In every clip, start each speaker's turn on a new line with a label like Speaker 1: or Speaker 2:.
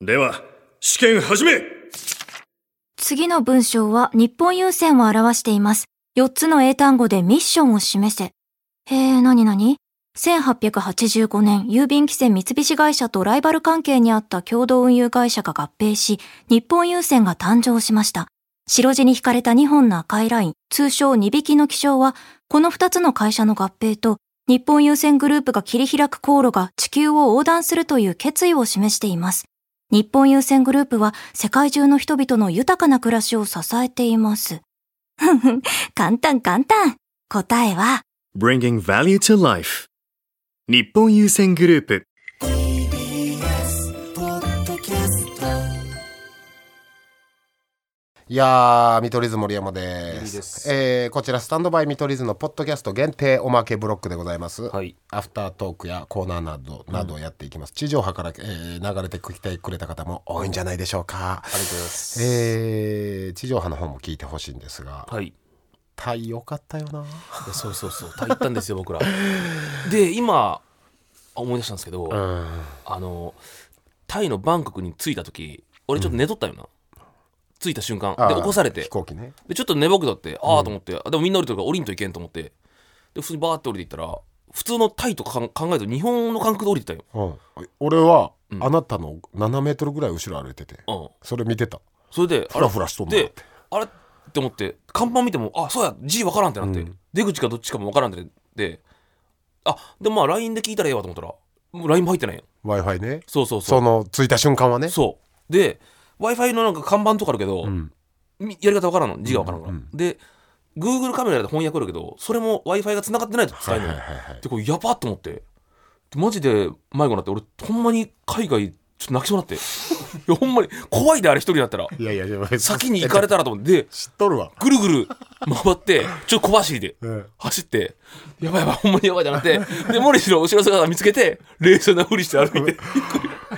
Speaker 1: では、試験始め
Speaker 2: 次の文章は日本郵船を表しています。4つの英単語でミッションを示せ。へえ、なになに ?1885 年、郵便規制三菱会社とライバル関係にあった共同運輸会社が合併し、日本郵船が誕生しました。白地に引かれた2本の赤いライン、通称2匹の気象は、この2つの会社の合併と、日本郵船グループが切り開く航路が地球を横断するという決意を示しています。日本郵船グループは世界中の人々の豊かな暮らしを支えています。ふんふん、簡単簡単。答えは、
Speaker 1: !Bringing Value to Life 日本優先グループ
Speaker 3: TBS ポッドキャスト
Speaker 4: いやー、見取り図森山です。
Speaker 5: リリーです
Speaker 4: えーこちら、スタンドバイ見取り図のポッドキャスト限定おまけブロックでございます。
Speaker 5: はい
Speaker 4: アフタートークやコーナーなど、などをやっていきます。地上波から、えー流れてきてくれた方も多いんじゃないでしょうか。
Speaker 5: ありがとうございます。
Speaker 4: えー地上波の方も聞いてほしいんですが、
Speaker 5: はい。
Speaker 4: タイ良かったよな。
Speaker 5: そうそうそう。タイ行ったんですよ、僕ら。で、今、思い出したんですけど、
Speaker 4: うん。
Speaker 5: あの、タイのバンコクに着いた時俺ちょっと寝とったよな。着いた瞬間。
Speaker 4: あ
Speaker 5: で、
Speaker 4: ー
Speaker 5: 起こされて
Speaker 4: 飛。行機ね。
Speaker 5: で、ちょっと寝ぼけとって、ああと思って、あでもみんな降りてるから降りんといけんと思って、で、普通にバーって降りていったら、普通のタイとかん考えると日本の感覚で降りてたよ。
Speaker 4: うん、俺は、
Speaker 5: うん
Speaker 4: あなたの7メートルぐらい後ろ歩いてて、
Speaker 5: うん。
Speaker 4: それ見てた。
Speaker 5: それで、
Speaker 4: ふらふらしとんなって
Speaker 5: で。、あれって思って、看板見ても、あ、そうや、G 分からんってなって、
Speaker 4: うん
Speaker 5: 出口かどっちかも分からんってなって、あ、でもまあ LINE で聞いたらええわと思ったら、もう LINE も入ってないやん。
Speaker 4: Wi-Fi ね。
Speaker 5: そうそうそ。
Speaker 4: そうの、着いた瞬間はね。
Speaker 5: そう。で、Wi-Fi のなんか看板とかあるけど、
Speaker 4: うん。
Speaker 5: みやり方分からんの、字が分からんから。
Speaker 4: うんうん
Speaker 5: で、Google カメラで翻訳あるけど、それも Wi-Fi が繋がってないと使
Speaker 4: は
Speaker 5: え
Speaker 4: い
Speaker 5: な
Speaker 4: はい
Speaker 5: い
Speaker 4: はい
Speaker 5: のよ。
Speaker 4: はい。
Speaker 5: でこれやばっと思ってマジで迷子になって俺ほんまに海外ちょっと泣きそうになって いやほんまに怖いであれ一人になったら
Speaker 4: いやいや、でも
Speaker 5: 先に行かれたらと思ってで
Speaker 4: 知っとるわ。
Speaker 5: ぐるぐる回ってちょっと小走りで
Speaker 4: うん
Speaker 5: 走ってやばいやばいほんまにやばいじゃなってで森氏の後ろ姿見つけて冷静なふりして 歩いて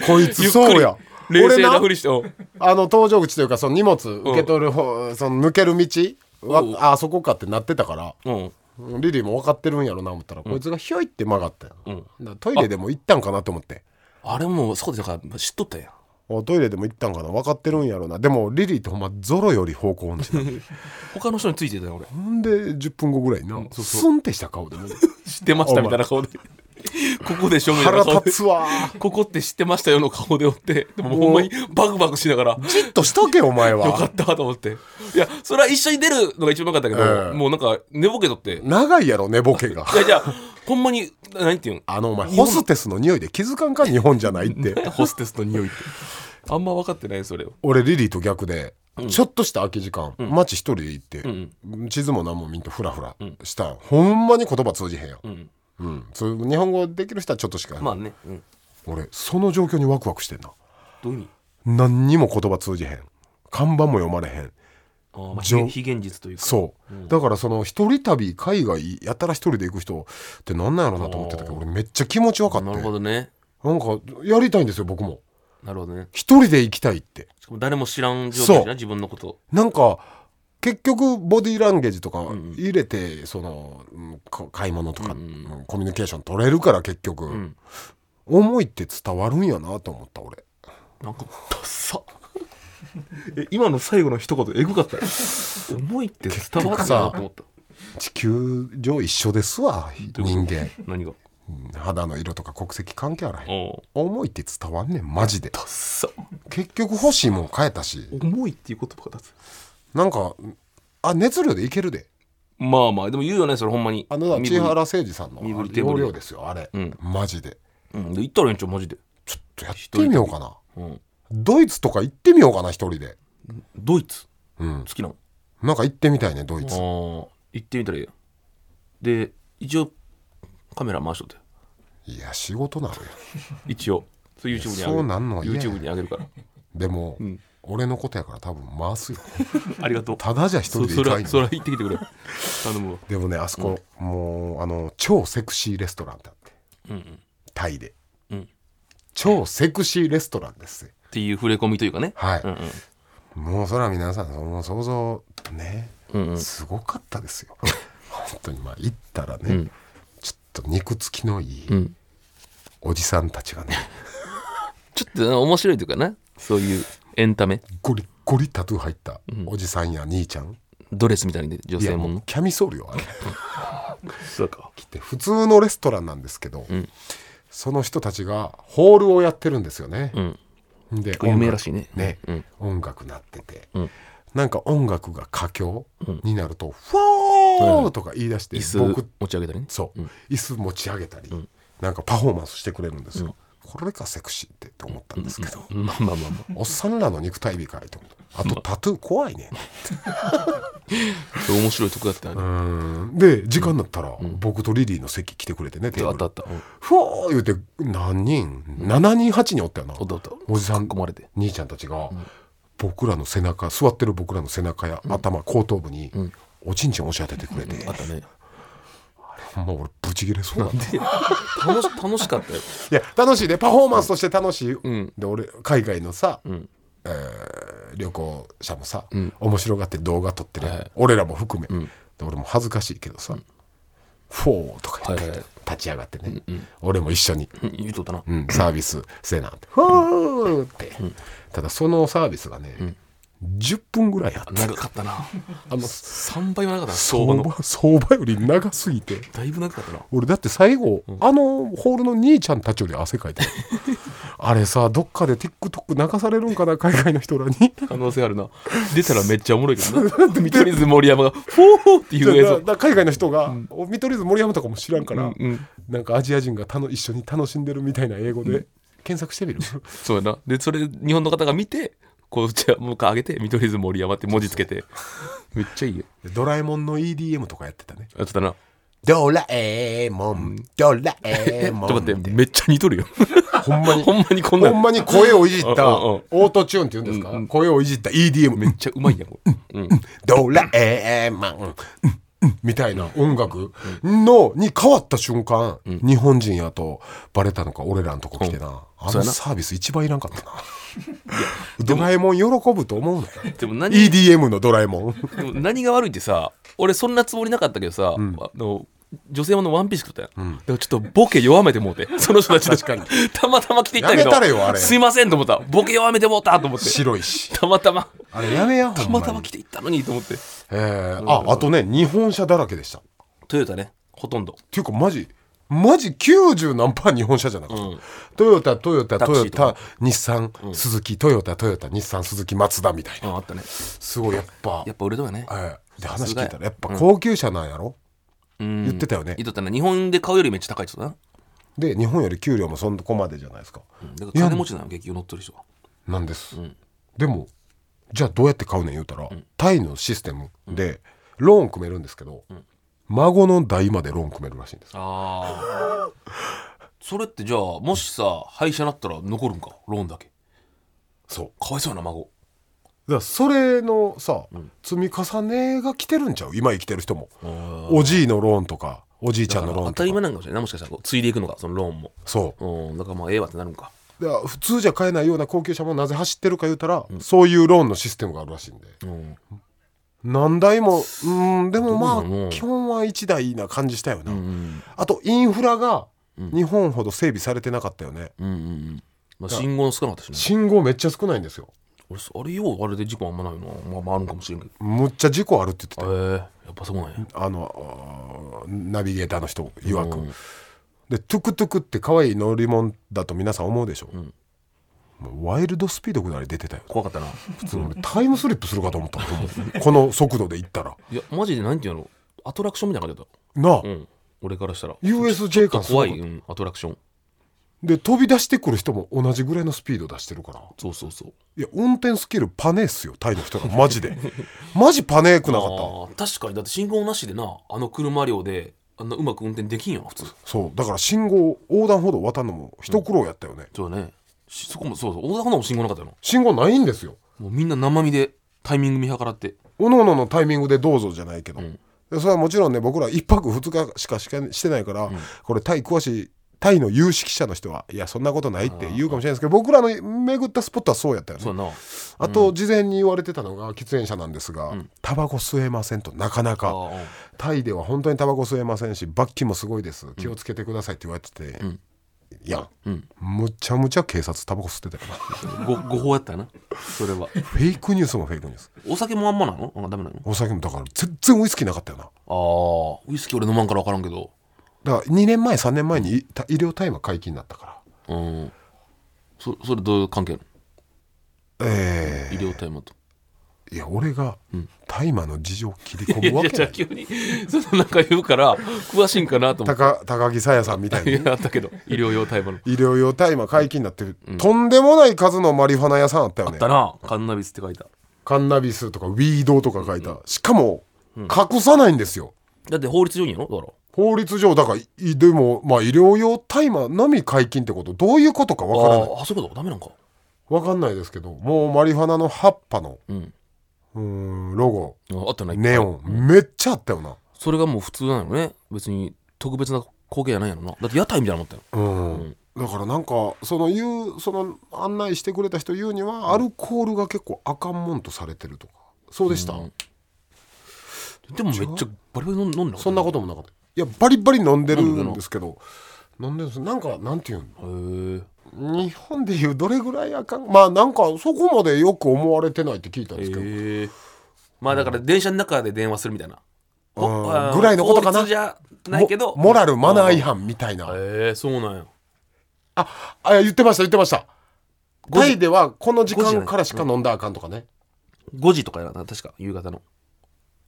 Speaker 4: こい
Speaker 5: ゆ
Speaker 4: つ
Speaker 5: っくり
Speaker 4: そうや。
Speaker 5: 冷
Speaker 4: 俺
Speaker 5: 静な
Speaker 4: な
Speaker 5: ふ、りしてうん
Speaker 4: あの、搭乗口というか、その荷物受け取る方、その抜ける道
Speaker 5: うん
Speaker 4: は、あそこかってなってたから、
Speaker 5: うん
Speaker 4: リリーも分かってるんやろな思ったら、こいつがひょいって曲がったよ。
Speaker 5: うん
Speaker 4: だからトイレでも行ったんかなと思って。
Speaker 5: あれもうそこでだから知っとったんや
Speaker 4: おトイレでも行ったんかな分かってるんやろな。でも、リリーってほんま、ゾロより方向音痴なんで
Speaker 5: 他の人についてたよ俺
Speaker 4: ほんで、10分後ぐらいにな、スンってした顔でもう、
Speaker 5: 知ってましたみたいな顔でここでしょみたい
Speaker 4: 腹
Speaker 5: な顔で
Speaker 4: 立つわー。
Speaker 5: ここって知ってましたよの顔でおって、でもほんまにバクバクしながら、よ
Speaker 4: じっとしとけ、お前は。
Speaker 5: かったと思って。いや、それは一緒に出るのが一番よかったけど、
Speaker 4: ええ
Speaker 5: もうなんか寝ぼけとって。い
Speaker 4: 長いやろ、寝ぼけが。
Speaker 5: やいや、ほんまに、何て言うん
Speaker 4: あの、お前、ホステスの匂いで気づかんか、日本じゃないって。
Speaker 5: ホステスの匂いって。あんま分かってない、それを。
Speaker 4: 俺リリーと逆で、ちょっとした空き時間、街一人で行って、
Speaker 5: ん
Speaker 4: 地図も何も見んとフラフラした、ほんまに言葉通じへんやん、
Speaker 5: ん
Speaker 4: うんそう日本語できる人はちょっとしか、
Speaker 5: まあね、うん。
Speaker 4: 俺その状況にワクワクしてんな
Speaker 5: どういう意味
Speaker 4: 何にも言葉通じへん看板も読まれへん
Speaker 5: あーまあ、
Speaker 4: じょ
Speaker 5: 非非現実というか。
Speaker 4: そう、だからその一人旅海外やたら一人で行く人ってなんなんやろなと思ってたけど俺めっちゃ気持ちわかって
Speaker 5: なる
Speaker 4: な
Speaker 5: ほ
Speaker 4: んか
Speaker 5: どね。
Speaker 4: やりたいんですよ僕も
Speaker 5: なるほどね。
Speaker 4: 一人で行きたいって
Speaker 5: しかも誰も知らん状
Speaker 4: そう
Speaker 5: 況じゃん、自分のこと。
Speaker 4: なんか結局ボディーランゲージとか入れて、そのうんこ買い物とか、うんコミュニケーション取れるから結局、
Speaker 5: ん
Speaker 4: 思いって伝わるんやなと思った俺
Speaker 5: なんか、ダッサ。え今の最後の一言、えぐかったよ。思いって伝わったなと思った。
Speaker 4: 地球上一緒ですわ
Speaker 5: ういう
Speaker 4: 人
Speaker 5: こと
Speaker 4: 間
Speaker 5: 何が。
Speaker 4: うん肌の色とか国籍関係あらへん
Speaker 5: お
Speaker 4: 思いって伝わんねんマジで
Speaker 5: ダッサ。
Speaker 4: 結局欲しいもん変えたし
Speaker 5: 重いっていう言葉が出す
Speaker 4: なんかあ熱量でいけるで
Speaker 5: まあまあでも言うよねそれほんまに
Speaker 4: あのだ
Speaker 5: 身
Speaker 4: 千
Speaker 5: 振り
Speaker 4: 原誠二さんの
Speaker 5: 身振り手振り
Speaker 4: 要領ですよあれ、
Speaker 5: うん
Speaker 4: マジで
Speaker 5: うんで言ったらええんちゃうマジで
Speaker 4: ちょっとやってみようかな
Speaker 5: うん
Speaker 4: ドイツとか行ってみようかな一人で
Speaker 5: ドイツ
Speaker 4: うん
Speaker 5: 好きなの
Speaker 4: なんか行ってみたいねドイ
Speaker 5: あ
Speaker 4: ツ
Speaker 5: あ行ってみたらええやんで一応カメラ回しとって
Speaker 4: いや仕事なのよ
Speaker 5: 一応それ YouTube にあげる
Speaker 4: そうなんのは嫌や
Speaker 5: YouTube にあげ るから
Speaker 4: でも、
Speaker 5: ん
Speaker 4: 俺のことやから多分回すよ
Speaker 5: ありがとう
Speaker 4: ただじゃ一人
Speaker 5: そ
Speaker 4: で
Speaker 5: そ
Speaker 4: 行
Speaker 5: れ
Speaker 4: かん
Speaker 5: はそれ
Speaker 4: よ
Speaker 5: は行ってきてくれ 頼むわ
Speaker 4: でもねあそこ、もうあの超セクシーレストランだって
Speaker 5: うんうんっ
Speaker 4: タイで、
Speaker 5: うん
Speaker 4: 超セクシーレストランです
Speaker 5: ていう触れ込みというかね
Speaker 4: はい、
Speaker 5: うん
Speaker 4: もうそれは皆さんその想像ね、
Speaker 5: うんうん
Speaker 4: すごかったですよ本当にまあ行ったらね、
Speaker 5: ん
Speaker 4: ちょっと肉付きのいい
Speaker 5: うんうん
Speaker 4: おじさんたちがね、
Speaker 5: ちょっと面白いというかなそういうエンタメ
Speaker 4: ゴリゴリタトゥー入った
Speaker 5: うん
Speaker 4: おじさんや兄ちゃん
Speaker 5: ドレスみたいに女
Speaker 4: い
Speaker 5: 性
Speaker 4: や
Speaker 5: もん
Speaker 4: もう
Speaker 5: の
Speaker 4: キャミソールよあれ
Speaker 5: そうか
Speaker 4: 来て普通のレストランなんですけど、
Speaker 5: うん
Speaker 4: その人たちがホールをやってるんですよね、
Speaker 5: うん
Speaker 4: で
Speaker 5: 有名らしいね
Speaker 4: ね、
Speaker 5: うん
Speaker 4: 音楽なってて、
Speaker 5: うん
Speaker 4: なんか音楽が佳境
Speaker 5: うん
Speaker 4: になると「フォー!」とか言い出して、
Speaker 5: 椅子
Speaker 4: 僕
Speaker 5: 持ち上げたりね
Speaker 4: そう、
Speaker 5: うん
Speaker 4: 椅子持ち上げたり、
Speaker 5: ん
Speaker 4: なんかパフォーマンスしてくれるんですよ、これかセクシーってって思ったんですけど、
Speaker 5: まあまあまあま
Speaker 4: おっさんらの肉体美かいと思ってあとタトゥー怖いね
Speaker 5: あ面白いとこやったね
Speaker 4: うんで時間になったら、僕とリリーの席来てくれてねテ
Speaker 5: あ
Speaker 4: ー
Speaker 5: ったあ
Speaker 4: ブル
Speaker 5: ったうん
Speaker 4: ふわー言うて何人7人8人おったよな
Speaker 5: おったおった
Speaker 4: おじさん
Speaker 5: 囲まれて
Speaker 4: 兄ちゃんたちが、僕らの背中座ってる僕らの背中や頭後頭部に、
Speaker 5: ん
Speaker 4: おちんちん押し当ててくれて、
Speaker 5: あった ね
Speaker 4: ほんま俺ブチギレそうなんだい
Speaker 5: 楽し楽しかったよ
Speaker 4: や楽しいねパフォーマンスとして楽しい、
Speaker 5: ん
Speaker 4: で俺海外のさ、
Speaker 5: ん
Speaker 4: えー旅行者もさ、
Speaker 5: ん
Speaker 4: 面白がって動画撮ってる、
Speaker 5: はい
Speaker 4: 俺らも含め、
Speaker 5: ん
Speaker 4: で俺も恥ずかしいけどさ「フォー」とか言って、
Speaker 5: はいはいはい
Speaker 4: 立ち上がってね、俺も一緒に、
Speaker 5: うん言うとったな
Speaker 4: うん、サービスせなって「フォー」って、ただそのサービスがね、10分ぐらいあった
Speaker 5: 長かったな
Speaker 4: あの
Speaker 5: 3倍も長かったな相
Speaker 4: 相
Speaker 5: 場の
Speaker 4: 場相場より長すぎて
Speaker 5: だいぶ長かったな
Speaker 4: 俺だって最後、あのホールの兄ちゃんたちより汗かいて るあれさどっかで TikTok 流されるんかな海外の人らに
Speaker 5: 可能性あるな出たらめっちゃおもろいけどな 見取り図森山が「フォー!」っていう映
Speaker 4: だ
Speaker 5: 像
Speaker 4: だ海外の人が、お見取り図森山とかも知らんから、
Speaker 5: うんうん
Speaker 4: なんかアジア人がたの一緒に楽しんでるみたいな英語で、検索してみる
Speaker 5: そうやなでそれ日本の方が見てこうじゃあもう一回上げて見取り図森山って文字つけてめっちゃいいよ
Speaker 4: ドラえもんの EDM とかやってたね
Speaker 5: やってたな
Speaker 4: ドラえもんドラえ
Speaker 5: ちょ
Speaker 4: もん
Speaker 5: っと待ってめっちゃ似とるよ
Speaker 4: ほんまに
Speaker 5: ほんまにこんな
Speaker 4: ほ
Speaker 5: ん
Speaker 4: んまに声をいじった
Speaker 5: うんうんうん
Speaker 4: オートチューンって言うんですか、声をいじった EDM
Speaker 5: めっちゃうまいやんこれ、うん、
Speaker 4: ドラえもん、みたいな音楽の、に変わった瞬間、日本人やとバレたのか、俺らのとこ来てな。あ
Speaker 5: そ
Speaker 4: の
Speaker 5: うやな
Speaker 4: サービス一番いらんかったな。ドラえもん喜ぶと思うのよ。
Speaker 5: でも何
Speaker 4: EDM のドラえもん。
Speaker 5: でも何が悪いってさ俺そんなつもりなかったけどさ、あの女性ものワンピース食ったやん、だからちょっとボケ弱めても うてその人たちのたまたま来ていったけど
Speaker 4: やめたれよあれ
Speaker 5: すいませんと思ったボケ弱めてもうたと思って
Speaker 4: 白い し。
Speaker 5: たまたま
Speaker 4: あれやめや、ほん
Speaker 5: た
Speaker 4: ま
Speaker 5: ま
Speaker 4: に
Speaker 5: たま来ていったのにと思って
Speaker 4: えーあ、あとね、日本車だらけでした。っ
Speaker 5: トヨタねほとんど
Speaker 4: ていうか、マジ。マジ90何パー日本車じゃなかった、
Speaker 5: うん
Speaker 4: トヨタトヨタ
Speaker 5: タ
Speaker 4: ト
Speaker 5: クシ
Speaker 4: ヨ
Speaker 5: ーとか
Speaker 4: タ日産、鈴木トヨタトヨタ日産鈴木マツダみたいな
Speaker 5: ああったね
Speaker 4: すごいやっぱ
Speaker 5: やっぱ俺とはね
Speaker 4: ええで
Speaker 5: さ
Speaker 4: 話
Speaker 5: すが
Speaker 4: 聞
Speaker 5: や
Speaker 4: いたらやっぱ高級車なんやろ、
Speaker 5: 言
Speaker 4: 言ってたよね
Speaker 5: 言っとったな日本で買うよりめっちゃ高い人だな、
Speaker 4: で日本より給料もそんこまでじゃないですか、
Speaker 5: うん、だから金持ちなの結局乗ってる人は
Speaker 4: なんです、
Speaker 5: ん
Speaker 4: でもじゃあどうやって買うねん言うたら、タイのシステムでローン組めるんですけど、孫の代までローン組めるらしいんです
Speaker 5: ああそれってじゃあもしさ廃車になったら残るんかローンだけ
Speaker 4: そう
Speaker 5: かわいそうやな孫
Speaker 4: だからそれのさ、積み重ねが来てるんちゃう今生きてる人もおじいのローンとかおじいちゃんのロー
Speaker 5: 当
Speaker 4: ンと
Speaker 5: た
Speaker 4: か
Speaker 5: り前なんかもしれないなもしかしたらこう継いでいくのかそのローンも
Speaker 4: そう
Speaker 5: うんだからまあええわってなるんか
Speaker 4: だから普通じゃ買えないような高級車もなぜ走ってるか言うたら、そういうローンのシステムがあるらしいんで、
Speaker 5: ん
Speaker 4: 何台もうんでもま
Speaker 5: どうなの
Speaker 4: あ基本は1台な感じしたよな、
Speaker 5: うん
Speaker 4: あとインフラが日本ほど整備されてなかったよね、
Speaker 5: うんうんまあ信号の少なかったしね
Speaker 4: 信号めっちゃ少ないんですよ
Speaker 5: 俺あれようあれで事故あんまないなまあまああるんかもしれんけど
Speaker 4: むっちゃ事故あるって言ってた
Speaker 5: え
Speaker 4: よ
Speaker 5: ー、やっぱそうなんや
Speaker 4: あのあーナビゲーターの人曰く、
Speaker 5: うん
Speaker 4: でトゥクトゥクって可愛い乗り物だと皆さん思うでしょ、
Speaker 5: ん
Speaker 4: もうワイルドスピードぐらい出てたよ
Speaker 5: 怖かったな
Speaker 4: 普通に俺タイムスリップするかと思ったもんこの速度で行ったら
Speaker 5: いやマジでなんていうのアトラクションみたいな感じだっ
Speaker 4: なあ、
Speaker 5: たうん俺からしたら
Speaker 4: USJ 感すご
Speaker 5: 怖
Speaker 4: い
Speaker 5: い、うん、アトラクション
Speaker 4: で飛び出してくる人も同じぐらいのスピード出してるから
Speaker 5: そうそうそう
Speaker 4: いや運転スキルパネーっすよタイの人らマジ でマジパネーくなかった
Speaker 5: あー確かにだって信号なしでなあの車両であんなうまく運転できんよな普通
Speaker 4: そうだから信号横断歩道渡るのも一苦労やったよね、
Speaker 5: そうねしそこもそうそう横断歩道も信号なかったよな
Speaker 4: 信号ないんですよ
Speaker 5: もうみんな生身でタイミング見計らって
Speaker 4: おのおののタイミングでどうぞじゃないけど、
Speaker 5: ん
Speaker 4: でそれはもちろんね僕ら一泊二日しかしかしてないから、これタイ詳しいタイの有識者の人はいやそんなことないって言うかもしれないですけど僕らの巡ったスポットはそうやったよね
Speaker 5: そうやな
Speaker 4: あと事前に言われてたのが喫煙者なんですが、タバコ吸えませんとなかな
Speaker 5: あ
Speaker 4: か
Speaker 5: ー
Speaker 4: タイでは本当にタバコ吸えませんし罰金もすごいです気をつけてくださいって言われてて、やん、
Speaker 5: うん
Speaker 4: むちゃむちゃ警察タバコ吸ってたよな
Speaker 5: ご誤報やったなそれは
Speaker 4: フェイクニュースもフェイクニュース
Speaker 5: お酒もあんまなのあダメなの
Speaker 4: お酒もだから全然ウイスキーなかったよな
Speaker 5: ああウイスキー俺飲まんから分からんけど
Speaker 4: だから2年前3年前にいた医療大麻解禁になったか
Speaker 5: うんそそれどういう関係ある
Speaker 4: らえ
Speaker 5: の医療大麻
Speaker 4: ー
Speaker 5: と
Speaker 4: いや俺が大麻の事情を切り込むわけ
Speaker 5: じ
Speaker 4: な
Speaker 5: ゃあ
Speaker 4: い
Speaker 5: 急にそのなんか言うから詳しいんかなと思っ
Speaker 4: 高高木さやさんみたい
Speaker 5: てい
Speaker 4: に
Speaker 5: やあったけど医療用大麻の
Speaker 4: 医療用大麻解禁になってる、とんでもない数のマリファナ屋さんあったよね
Speaker 5: だなカンナビスって書いた
Speaker 4: カンナビスとかウィードとか書いた、しかも隠さないんですよ
Speaker 5: だって法律上にやろだから
Speaker 4: 法律上だからいでもまあ医療用大麻のみ解禁ってことどういうことかわからない
Speaker 5: あーあそういうことダメなんか
Speaker 4: わかんないですけどもうマリファナの葉っぱの
Speaker 5: うん
Speaker 4: うーんロゴ
Speaker 5: ああったない
Speaker 4: ネオンめっちゃあったよな
Speaker 5: それがもう普通なのね別に特別な光景じゃないやろなだって屋台みたいなもんだよ
Speaker 4: うん、
Speaker 5: うん
Speaker 4: だからなんかその言うその案内してくれた人言うにはアルコールが結構あかんもんとされてるとかそうでした、
Speaker 5: でもめっちゃバリバリ飲ん飲んだ
Speaker 4: そんなこともなかったいやバリバリ飲んでる
Speaker 5: 飲んで
Speaker 4: ん
Speaker 5: るの
Speaker 4: ですけど飲んでるんですなんかなんていうの
Speaker 5: とへえ
Speaker 4: 日本でいうどれぐらいあかんまあなんかそこまでよく思われてないって聞いたんですけど、
Speaker 5: へえまあだから電車の中で電話するみたいなほ
Speaker 4: うん
Speaker 5: あー
Speaker 4: ぐらいのことかな
Speaker 5: 法律じゃないけど
Speaker 4: モモラルマナー違反みたいな
Speaker 5: へえそうなんや
Speaker 4: ああ言ってました言ってました
Speaker 5: 時
Speaker 4: タイではこの時
Speaker 5: 5時
Speaker 4: 間からしか飲んだらあかんとかね
Speaker 5: 5時とかやな確か夕方の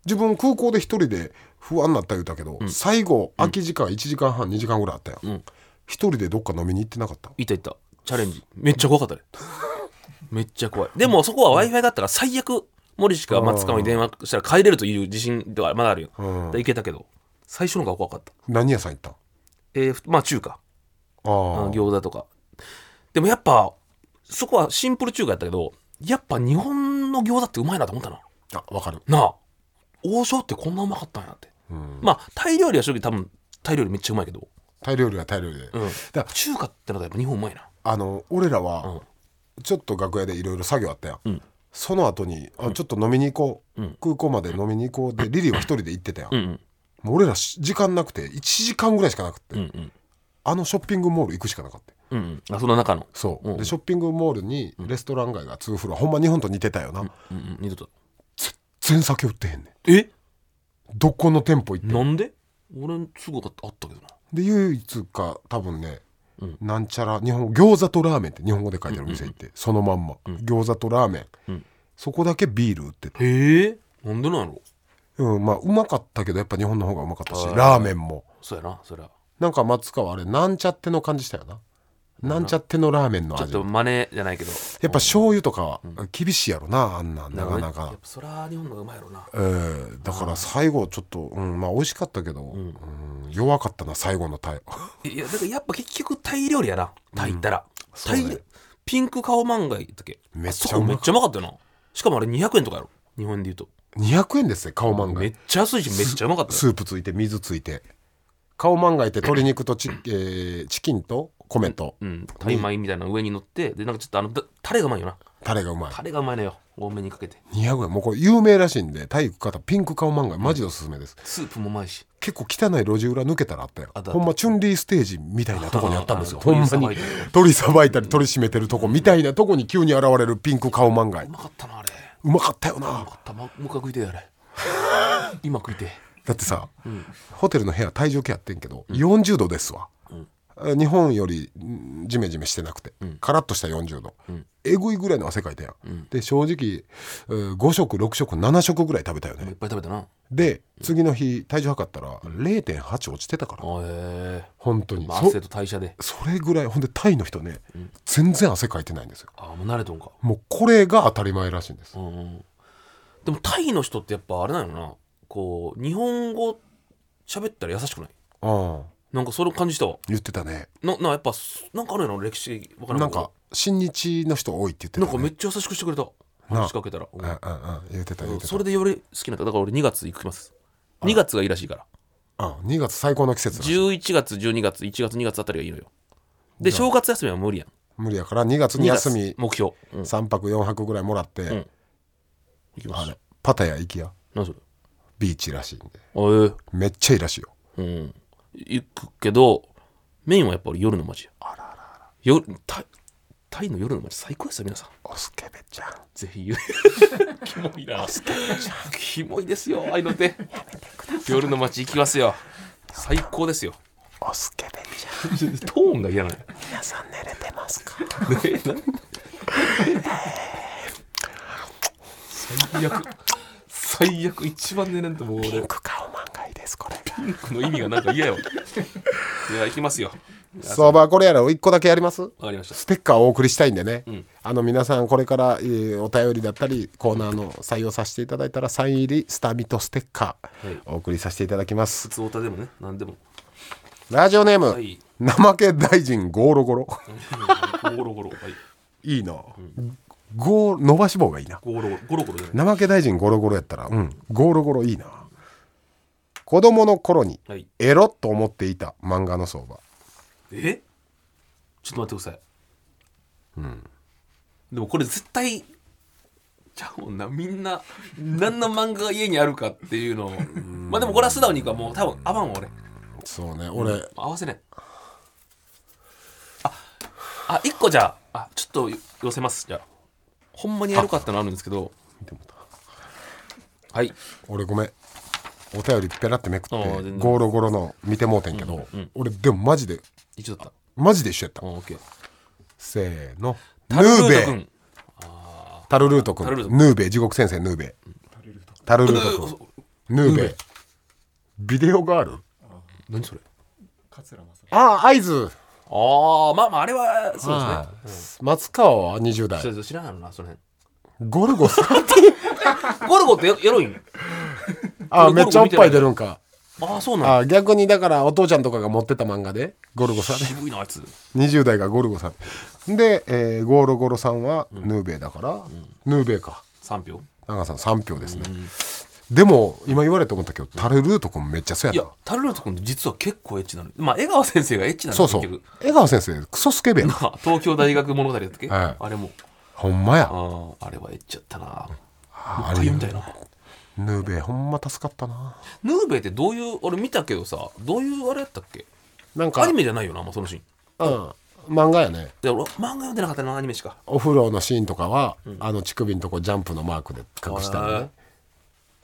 Speaker 4: 自分空港で一人で不安になった言うたけど、最後空き時間1時間半2時間ぐらいあったよ、
Speaker 5: ん
Speaker 4: 一人でどっか飲みに行ってなかった
Speaker 5: いたいたチャレンジめっちゃ怖かったね めっちゃ怖いでもそこは w i f i があったから最悪森氏か松川に電話したら帰れるという自信ではまだあるよ、
Speaker 4: うん
Speaker 5: でいけたけど最初のが怖かった
Speaker 4: 何屋さん行ったん
Speaker 5: えーふまあ中華
Speaker 4: あー
Speaker 5: 餃子とかでもやっぱそこはシンプル中華やったけどやっぱ日本の餃子ってうまいなと思ったな
Speaker 4: あ分かる
Speaker 5: なあ王将ってこんなうまかったんやって、まあタイ料理は正直多分タイ料理めっちゃうまいけど、
Speaker 4: タイ料理はタイ料理で、
Speaker 5: う
Speaker 4: だ
Speaker 5: ん、
Speaker 4: から
Speaker 5: 中華ってのはやっぱ日本うまいな
Speaker 4: あの俺らはちょっと楽屋でいろいろ作業あったやん、
Speaker 5: ん
Speaker 4: その後にあちょっと飲みに行こう、
Speaker 5: うん
Speaker 4: 空港まで飲みに行こうでリリーは一人で行ってたやん、
Speaker 5: うんうん
Speaker 4: もう俺らし時間なくて1時間ぐらいしかなくて、
Speaker 5: うんうん
Speaker 4: あのショッピングモール行くしかなかった
Speaker 5: うんうんあその中の
Speaker 4: そう、
Speaker 5: うん
Speaker 4: でショッピングモールにレストラン街が2フロアほんま日本と似てたよな、
Speaker 5: うんうん二度と
Speaker 4: 全酒売ってへんねん
Speaker 5: え
Speaker 4: どこの店舗行っても
Speaker 5: なんで俺すぐあったけどな
Speaker 4: で唯一か多分ね、
Speaker 5: うん
Speaker 4: なんちゃら日本餃子とラーメンって日本語で書いてある店行って、そのまんま、餃子とラーメン、
Speaker 5: うん
Speaker 4: そこだけビール売ってて
Speaker 5: へえなんでなんやろ
Speaker 4: うん、まあうまかったけどやっぱ日本の方がうまかったし
Speaker 5: はい
Speaker 4: ラーメンも
Speaker 5: そうやなそりゃ
Speaker 4: なんか松川あれなんちゃっての感じしたよななんちゃってのラーメンの
Speaker 5: ちょっ
Speaker 4: 味や
Speaker 5: と真似じゃないけど
Speaker 4: っぱ醤油とかは厳しいやろなあんなんなかな
Speaker 5: や
Speaker 4: か
Speaker 5: っ、ぱそりゃ日本の方がうまいやろな
Speaker 4: えーだから最後ちょっと、うん、まあ美味しかったけど、うん弱かったな最後のタイ
Speaker 5: いやだからやっぱ結局タイ料理やなタイ行ったら、
Speaker 4: そう
Speaker 5: タ
Speaker 4: ね
Speaker 5: イピンク顔漫画やったっけ
Speaker 4: めっちゃ
Speaker 5: あそう
Speaker 4: ま
Speaker 5: こ
Speaker 4: い
Speaker 5: めっちゃうまかったよなしかもあれ200円とかやろ日本で言うと
Speaker 4: 200円ですね顔漫画
Speaker 5: めっちゃ安いしめっちゃうまかった
Speaker 4: スープついて水ついて顔漫画って鶏肉と チ,、えーチキンと米と
Speaker 5: うんタイ米みたいなの上に乗ってでなんかちょっとあのだタレがうまいよな
Speaker 4: タレがうまい
Speaker 5: タレがうまいのよ多めにかけて
Speaker 4: 200円もうこれ有名らしいんで体育方ピンク顔漫画マジでおすすめです、
Speaker 5: スープもうまいし
Speaker 4: 結構汚い路地裏抜けたらあったよ
Speaker 5: あったあった
Speaker 4: ほんまチュンリーステージみたいなとこにあったんですよ
Speaker 5: あ
Speaker 4: ほ
Speaker 5: あ
Speaker 4: んま
Speaker 5: 鳥さば
Speaker 4: に
Speaker 5: いてる
Speaker 4: 鳥さばいたり鳥しめてるとこみたいなとこに急に現れるピンク顔漫画
Speaker 5: うまかったなあれう
Speaker 4: うまかったよな
Speaker 5: まかったまもう一回食いてえあれ 今食いてえ
Speaker 4: だってさ、ホテルの部屋体重計やってんけど、40度ですわ、日本よりんジメジメしてなくて、カラッとした40度、えぐいぐらいの汗かいたやん、で正直5食6食7食ぐらい食べたよ
Speaker 5: い
Speaker 4: ね
Speaker 5: っぱい食べたな
Speaker 4: で次の日体重測ったら0.8落ちてたから
Speaker 5: あへえ
Speaker 4: 本当に、
Speaker 5: まあ、
Speaker 4: そ
Speaker 5: 汗と代謝で
Speaker 4: それぐらいほんでタイの人ね、全然汗かいてないんですよ
Speaker 5: あもう慣れとんか
Speaker 4: もうこれが当たり前らしいんです、
Speaker 5: うんうんでもタイの人ってやっぱあれなのなこう日本語喋ったら優しくない
Speaker 4: ああ
Speaker 5: なんかそれを感じたわ
Speaker 4: 言ってたね
Speaker 5: ななやっぱすなんかあるやろ歴史わから
Speaker 4: なんか親日の人多いって言ってた、
Speaker 5: な
Speaker 4: ね、
Speaker 5: んかめっちゃ優しくしてくれた
Speaker 4: な
Speaker 5: 話しかけたら、うん
Speaker 4: うんうんうん言ってた言ってた
Speaker 5: それでより好きになっただから俺2月行きます2月がいいらしいから
Speaker 4: あ2月最高の季節だ
Speaker 5: 11月12月1月2月あたりがいいのよで正月休みは無理やん
Speaker 4: 無理やから2月に
Speaker 5: 2
Speaker 4: 休
Speaker 5: 月
Speaker 4: み
Speaker 5: 目標、うん、行
Speaker 4: 3泊4泊ぐらいもらって、
Speaker 5: んきま
Speaker 4: あ
Speaker 5: す
Speaker 4: れパタヤ行きや
Speaker 5: 何それ
Speaker 4: ビーチらしいんで
Speaker 5: あえ
Speaker 4: めっちゃいいらしいよ
Speaker 5: うん、行くけどメインはやっぱり夜の街夜タイタイの夜の街最高ですよ皆さん
Speaker 4: おすけべちゃん
Speaker 5: ぜひ 言うキモいなキモいですよああいうのって夜の街行きますよ最高ですよ
Speaker 4: おすけべちゃん
Speaker 5: トーンが嫌なのよ
Speaker 4: 皆さん寝れてますか
Speaker 5: ねなん最悪最悪一番寝れんともう俺
Speaker 4: クカオマンがいいですこれが
Speaker 5: この意味がなんか嫌よいや行きますよ
Speaker 4: そうまあこれやら一個だけやります
Speaker 5: わかりました
Speaker 4: ステッカーをお送りしたいんでね、
Speaker 5: ん
Speaker 4: あの皆さんこれから、えーお便りだったりコーナーの採用させていただいたらサイン入りスタミとステッカ
Speaker 5: はい
Speaker 4: ーお送りさせていただきます
Speaker 5: 普、通オタでもね何でも
Speaker 4: ラジオネーム、
Speaker 5: はい
Speaker 4: 怠け大臣ゴロゴロ
Speaker 5: ゴロゴロはい
Speaker 4: いいな、ゴー伸ばし棒がいいな
Speaker 5: ゴロゴロゴロゴロじゃない
Speaker 4: 怠け大臣ゴロゴロやったらうんゴロゴロいいな子供の頃に
Speaker 5: はい
Speaker 4: エロと思っていた漫画の相場
Speaker 5: えちょっと待ってくださいうんでもこれ絶対ちゃうなみんな何の漫画が家にあるかっていうのをまあでもこれは素直にいくわもう多分合わんわ俺
Speaker 4: そうね俺、
Speaker 5: 合わせないああ一個じゃああちょっと寄せますじゃあほんまにやるかったのあるんですけどはい
Speaker 4: 俺ごめんお便りペラってめくっ
Speaker 5: あー全
Speaker 4: て
Speaker 5: 然
Speaker 4: ゴロゴロの見てもうてんけど、俺でもマジで
Speaker 5: 一応だった
Speaker 4: マジで一緒やった、
Speaker 5: うんオッケー
Speaker 4: せーのヌ
Speaker 5: タルル
Speaker 4: ー
Speaker 5: ート
Speaker 4: ベイ
Speaker 5: 君
Speaker 4: タルルート君
Speaker 5: タルルート君
Speaker 4: ヌーベイ地獄先生ヌーベイタルルート君ヌーベイビデオがある
Speaker 5: 何それ
Speaker 4: ああ合図
Speaker 5: ああまあまああれはそうですね
Speaker 4: あー松川は20代
Speaker 5: そうそう知らないのなその辺
Speaker 4: ゴルゴス
Speaker 5: ゴルゴってエロエロいん
Speaker 4: あー
Speaker 5: ゴルゴ
Speaker 4: めっちゃおっぱい出るんか
Speaker 5: ああそうなん
Speaker 4: あー逆にだからお父ちゃんとかが持ってた漫画でゴルゴさん
Speaker 5: 渋いなあいつ
Speaker 4: 20代がゴルゴさんで、えーゴロゴロさんはヌーベイだから、ヌーベイか
Speaker 5: 3票
Speaker 4: 長さん3票ですね、でも今言われて思ったけどタルルート君めっちゃそう
Speaker 5: い
Speaker 4: や
Speaker 5: や
Speaker 4: な
Speaker 5: タルルート君実は結構エッチなのまあ江川先生がエッチなの
Speaker 4: そうそう
Speaker 5: 結局
Speaker 4: 江川先生クソスケベやな
Speaker 5: まあ東京大学物語だっけ、
Speaker 4: はい
Speaker 5: あれも
Speaker 4: ほんまや
Speaker 5: あああれはエッチやったな
Speaker 4: あ
Speaker 5: あ
Speaker 4: れ
Speaker 5: れ
Speaker 4: ヌ
Speaker 5: みたいな
Speaker 4: ーベイほんま助かったな
Speaker 5: ヌーベイってどういう俺見たけどさどういうあれやったっけ
Speaker 4: なんか
Speaker 5: アニメじゃないよな、まあ、そのシーン
Speaker 4: うん漫画やね
Speaker 5: で俺漫画読んでなかったなアニメしか
Speaker 4: お風呂のシーンとかは、あの乳首のとこジャンプのマークで隠したりね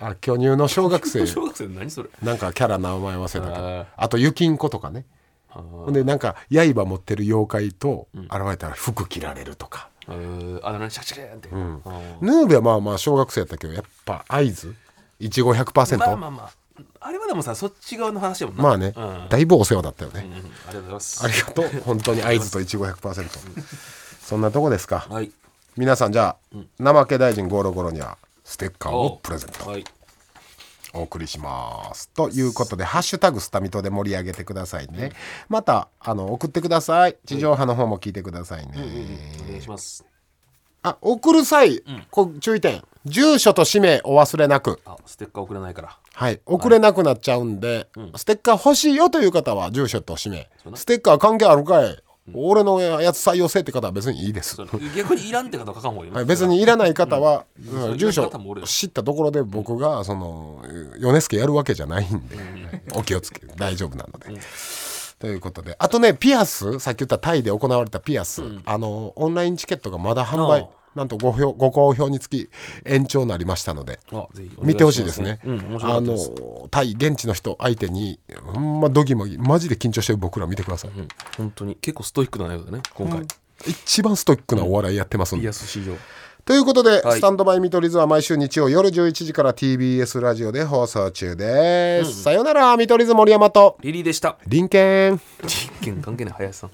Speaker 4: あ巨乳の小学生
Speaker 5: 小学生で何それ
Speaker 4: なんかキャラ名前忘れたけど
Speaker 5: あ
Speaker 4: あとゆきんことかねほんでなんか刃持ってる妖怪と現れたら服着られるとか、
Speaker 5: えーあ何シャキシャキシャンって、あー
Speaker 4: ヌーベはまあまあ小学生やったけどやっぱ合図いちご100%
Speaker 5: まあまあまああれはでもさそっち側の話やもんな
Speaker 4: まあね、
Speaker 5: うん、うんうんあ
Speaker 4: だいぶお世話だったよね、
Speaker 5: りがとうございます
Speaker 4: ありがとう本当に合図といちご100%そんなとこですか、
Speaker 5: はい
Speaker 4: 皆さんじゃあ、怠け大臣ゴロゴロにはステッカーをプレゼント
Speaker 5: はい
Speaker 4: お送りしますということで「ハッシュタグスタミト」で盛り上げてくださいね、またあの送ってください地上波の方も聞いてくださいね、
Speaker 5: お願いします
Speaker 4: あ送る際、こ注意点住所と氏名お忘れなく
Speaker 5: あステッカー送らないから
Speaker 4: はい、送れなくなっちゃうんで、ステッカー欲しいよという方は住所と氏名ステッカー関係あるかい、俺のやつ採用せって方は別にいいです、
Speaker 5: その逆にいらんって方は書かん方がいいよ、
Speaker 4: はい、別にいらない方は、うん
Speaker 5: うん
Speaker 4: 住所
Speaker 5: そういう方もおるよ
Speaker 4: 知ったところで僕がその米助やるわけじゃないんで、はいお気をつけ大丈夫なので。ということであとねピアスさっき言ったタイで行われたピアス、あのオンラインチケットがまだ販
Speaker 5: あ
Speaker 4: 売なんとご評ご好評につき延長になりましたので
Speaker 5: あぜひお願
Speaker 4: 見てほしいですね。
Speaker 5: うん面白か
Speaker 4: あ
Speaker 5: った
Speaker 4: の
Speaker 5: です
Speaker 4: タイ現地の人相手にほんまドギマギマジで緊張してる僕ら見てください。
Speaker 5: うん本当に結構ストイックな内容だね今回、
Speaker 4: 一番ストイックなお笑いやってますんで。
Speaker 5: 安市場
Speaker 4: ということで、
Speaker 5: はい
Speaker 4: スタンドバイ見取り図は毎週日曜夜11時から TBS ラジオで放送中です。さよなら見取り図森山と
Speaker 5: リリーでした
Speaker 4: 林ン
Speaker 5: 実験関係ない林さん